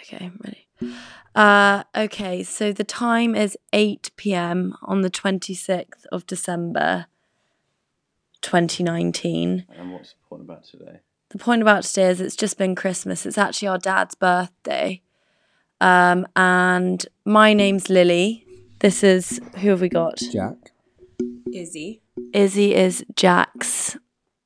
Okay, I'm ready. Uh, okay, so the time is 8 p.m. on the 26th of December 2019. And what's the point about today? The point about today is it's just been Christmas. It's actually our dad's birthday. Um, and my name's Lily. This is who have we got? Jack. Izzy. Izzy is Jack's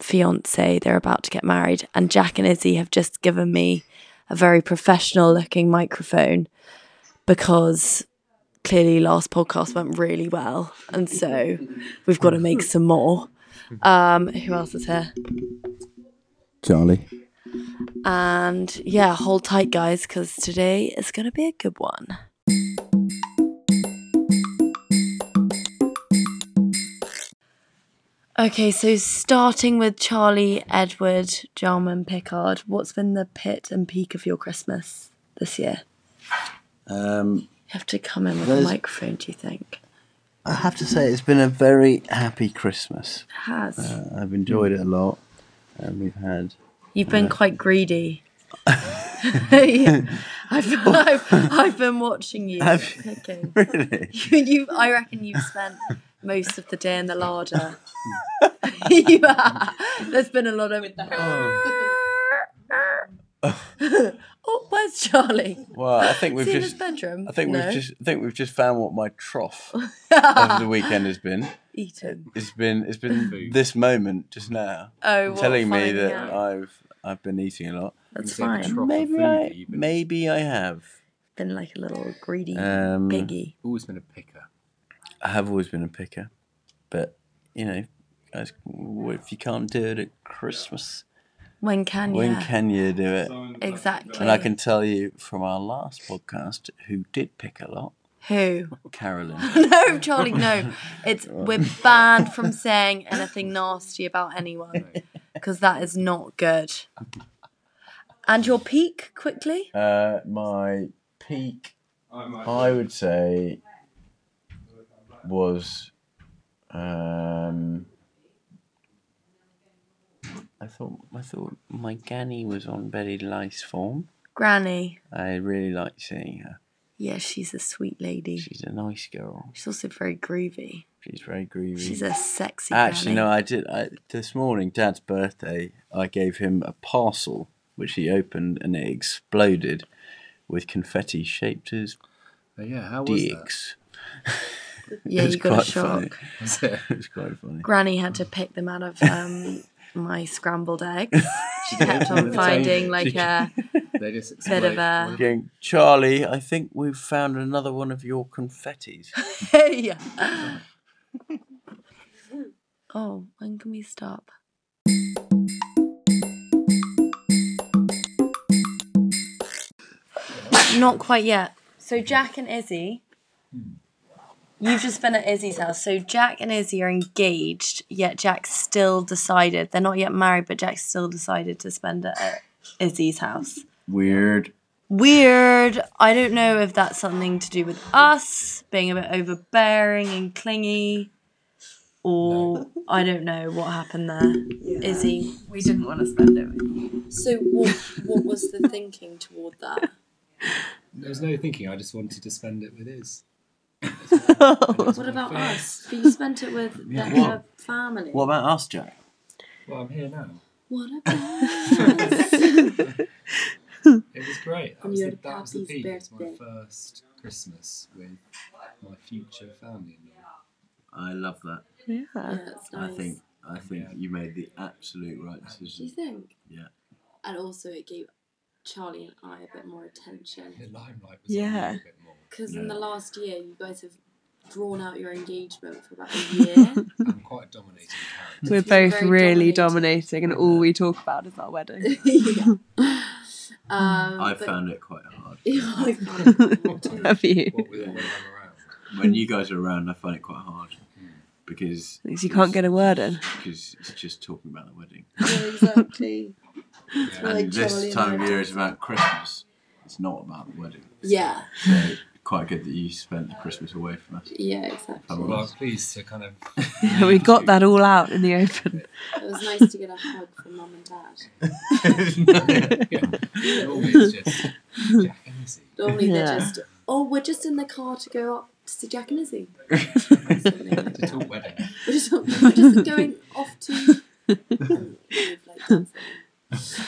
fiance. They're about to get married, and Jack and Izzy have just given me a very professional looking microphone because clearly last podcast went really well, and so we've got to make some more. Um, who else is here? Charlie. And yeah, hold tight, guys, because today is going to be a good one. Okay, so starting with Charlie, Edward, Jarman, Pickard, what's been the pit and peak of your Christmas this year? Um, You have to come in with a There's- microphone, do you think? I have to say, it's been a very happy Christmas. It has. Uh, I've enjoyed it a lot. Uh, we've had. You've been uh. quite greedy. Yeah. I've, I've, I've been watching you. Have picking. Really? you, I reckon you've spent most of the day in the larder. you are. There's been a lot of. oh, where's Charlie? Well, I think Is we've he in his just. bedroom? I think No. we've just. I think we've just found what my trough of the weekend has been. eaten. It's been. It's been this moment just now, Oh, what, telling me finding that out. I've. I've been eating a lot. that's You said fine. trough of Maybe food I. that you've been- Maybe I have. Been like a little greedy Um, piggy. Always been a picker. I have always been a picker, but you know, guys, w- if you can't do it at Christmas, When can you? when can you do it? exactly. And I can tell you from our last podcast who did pick a lot, Who? Carolyn. no, Charlie, no. It's we're banned from saying anything nasty about anyone because that is not good. And your peak quickly? Uh, my peak, I would say, was. Um, I thought I thought my granny was on Betty Lice form. Granny. I really like seeing her. Yeah, she's a sweet lady. She's a nice girl. She's also very groovy. She's very groovy. She's a sexy Actually, no, granny. I did. I, this morning, Dad's birthday, I gave him a parcel which he opened and it exploded with confetti shaped as But yeah, how was dicks. yeah, it's you got a quite shock. funny. that? It was quite funny. Granny had to pick them out of um, my scrambled eggs. She kept on She finding changed. like She- a they just bit of explode. a Going, Charlie, I think we've found another one of your confettis. yeah. Oh, when can we stop? Not quite yet. So Jack and Izzy, you've just been at Izzy's house. So Jack and Izzy are engaged, yet Jack still decided they're not yet married, but Jack still decided to spend it at Izzy's house Weird. weird. I don't know if that's something to do with us being a bit overbearing and clingy, or I don't know what happened there. Izzy, We didn't want to spend it with you. so what? What was the thinking toward that? There was no thinking. I just wanted to spend it with his. What about us? But you spent it with Yeah, their what? family. What about us, Jack? Well, I'm here now. What about? It was great. That From was, your the, that was the pappy's peak. It was my birthday. first Christmas with my future family. I love that. Yeah, Yeah. it's Uh, nice. I think Yeah. you made the absolute right Do you decision. think? Yeah. And also, it gave Charlie and I a bit more attention The limelight was Yeah. on me a bit more. because in Yeah. the last year, you guys have drawn out your engagement for about a year. I'm quite a dominating character. We're It's very both really dominating. dominating, and all we talk about is our wedding. yeah. Um, but- it quite hard. Yeah, I found it hard too. Have you? what with all when I'm around. when you guys are around, I find it quite hard because Because you can't get a word in. because it's just talking about the wedding. Yeah, exactly. Yeah. And Like this Charlie time and of year is about Christmas. It's not about the wedding. yeah, So quite good that you spent the Christmas away from us. yeah, exactly. Oh, It Well, I'm pleased to kind of. we got that all out in the open. was nice to get a hug from mum and dad. Yeah. It always just. Jack and Izzy. Normally Yeah. they're just, oh, we're just in the car to go up to see Jack and Izzy. Something like It's a that. wedding. we're, just, we're just going off to.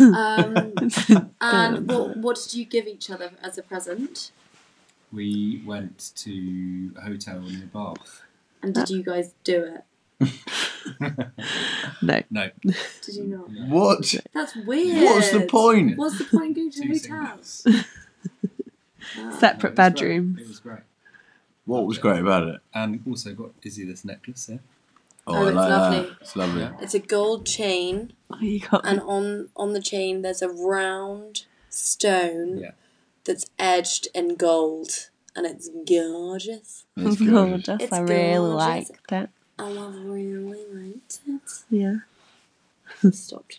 um, and what, what did you give each other as a present? We went to a hotel near Bath. And did you guys do it? no. No. Did you not? What? That's weird. What's the point? What's the point in going to Two a hotel? singles. Ah. No, Separate it was great. bedrooms. It was great. What was great about it? And also got Izzy this necklace here. Oh, it's lovely. that. It's lovely. Yeah. It's a gold chain, Oh, you got and on on the chain there's a round stone Yeah. that's edged in gold, and it's gorgeous. It's gorgeous. gorgeous. It's I really gorgeous. liked it. Oh, I really liked it. Yeah. Stopped.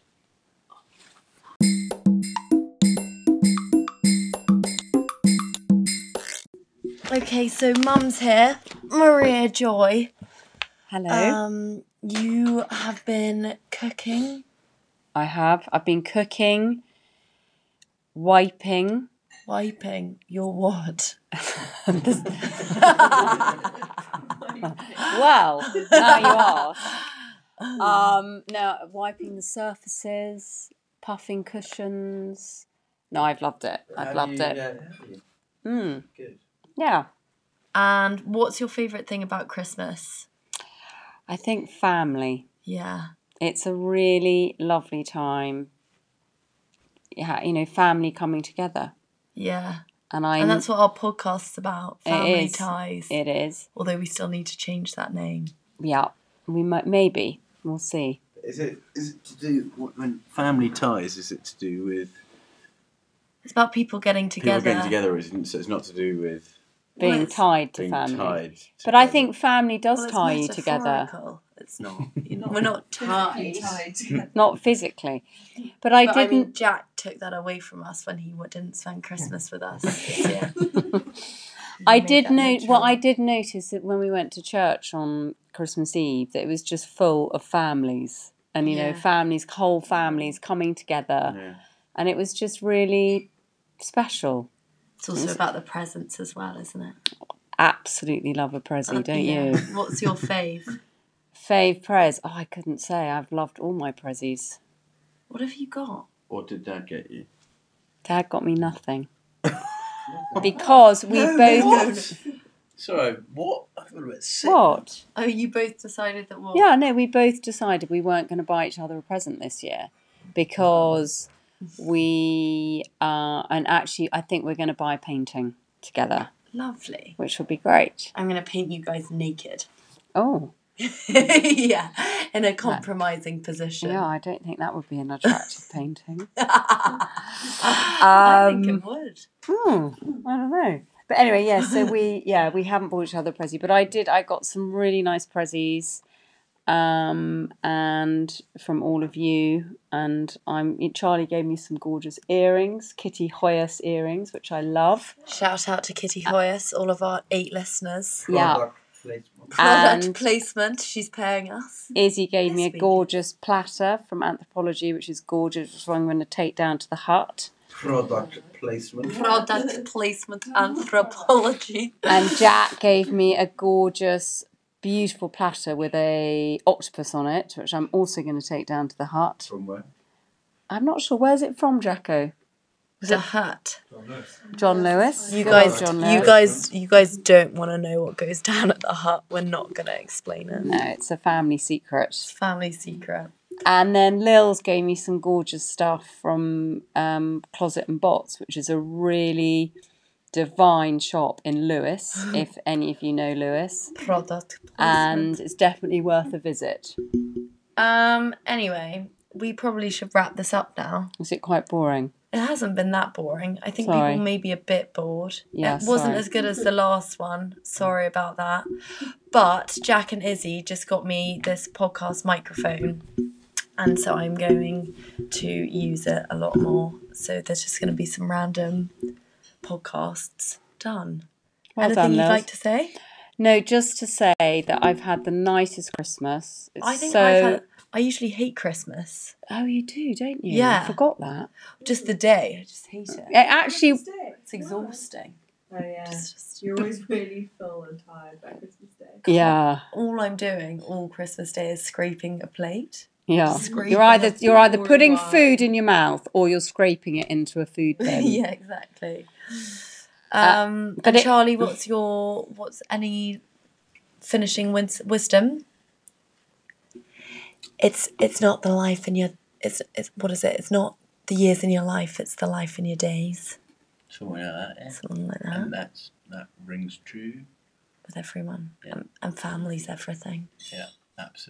Okay, so mum's here, Maria Joy. Hello. Um, you have been cooking. I have. I've been cooking, wiping. Wiping your what? Well, now you are. Um, no, wiping the surfaces, puffing cushions. No, I've loved it. I've loved it. Mm. Good. Yeah. And what's your favourite thing about Christmas? I think family. Yeah. It's a really lovely time. Yeah, you know, family coming together. Yeah. And I And that's what our podcast's about It family is. ties. it is. Although we still need to change that name. Yeah. We might maybe. We'll see. Is it is it to do what, when family ties? Is it to do with It's about people getting together. people getting together? Isn't so? It's not to do with Well, Being it's- tied to being family. tied. But I together. think family does Well, it's tie you together, metaphorical. It's not. No. you know, we're not tied. not physically. But I But I mean, didn't. Jack took that away from us when he w- didn't spend Christmas with us. Yeah. I, did note. Well, I did notice that when we went to church on Christmas Eve, that it was just full of families, and you Yeah. know, families, whole families coming together, Yeah. and it was just really special. It's also about the presents as well, isn't it? Absolutely love a prezi, don't you? What's your fave? Fave prez. Oh, I couldn't say. I've loved all my prezis. What have you got? What did Dad get you? Dad got me nothing because we both. Sorry, what? I feel a bit sick. What? Oh, you both decided that what? Yeah, no, we both decided we weren't going to buy each other a present this year because we uh, and actually I think we're going to buy a painting together, Lovely. which would be great. I'm going to paint you guys naked. Oh, yeah, in a compromising position. yeah, I don't think that would be an attractive painting. I think Um, it would. Hmm, I don't know. But anyway, yeah, so we yeah, we haven't bought each other a Prezi, but I did I got some really nice Prezis um and from all of you and I'm Charlie gave me some gorgeous earrings, Kitty Hoyas earrings, which I love. Shout out to Kitty Uh, Hoyas, all of our eight listeners. Yeah. Product And placement, she's paying us. Izzy gave me a This week. gorgeous platter from Anthropology, which is gorgeous, which I'm going to take down to the hut. Product placement. Product placement anthropology. And Jack gave me a gorgeous, beautiful platter with a octopus on it, which I'm also going to take down to the hut. From where? I'm not sure where's it from, Jacko. Was it hurt? John Lewis. You guys, John you guys, you guys don't want to know what goes down at the hut. We're not gonna explain it. No, it's a family secret. It's family secret. And then Lil's gave me some gorgeous stuff from um, Closet and Bots, which is a really divine shop in Lewis, if any of you know Lewis. Product And it's definitely worth a visit. Um. Anyway, we probably should wrap this up now. Was it quite boring? It hasn't been that boring. I think Sorry. people may be a bit bored. Yeah, it wasn't sorry. as good as the last one. Sorry about that. But Jack and Izzy just got me this podcast microphone. And so I'm going to use it a lot more. So there's just going to be some random podcasts done. Well Anything done, you'd Lils. like to say? No, just to say that I've had the nicest Christmas. It's I think so I've had. I I usually hate Christmas. Oh, you do, don't you? Yeah. I forgot that. Just the day. I just hate it. It actually, It's exhausting. Oh yeah. It's just- You're always really full and tired by Christmas Day. yeah, all I'm doing all Christmas Day is scraping a plate. yeah. Scrape You're either it. you're either putting uh, Wine. food in your mouth or you're scraping it into a food bin. yeah, exactly. Um, but and it- Charlie, what's your what's any finishing wins- wisdom? It's it's not the life in your it's it's what is it? It's not the years in your life. It's the life in your days. Something like that. Yeah. Something like that And that's that rings true. with everyone and, and families, Um, everything. Absolutely.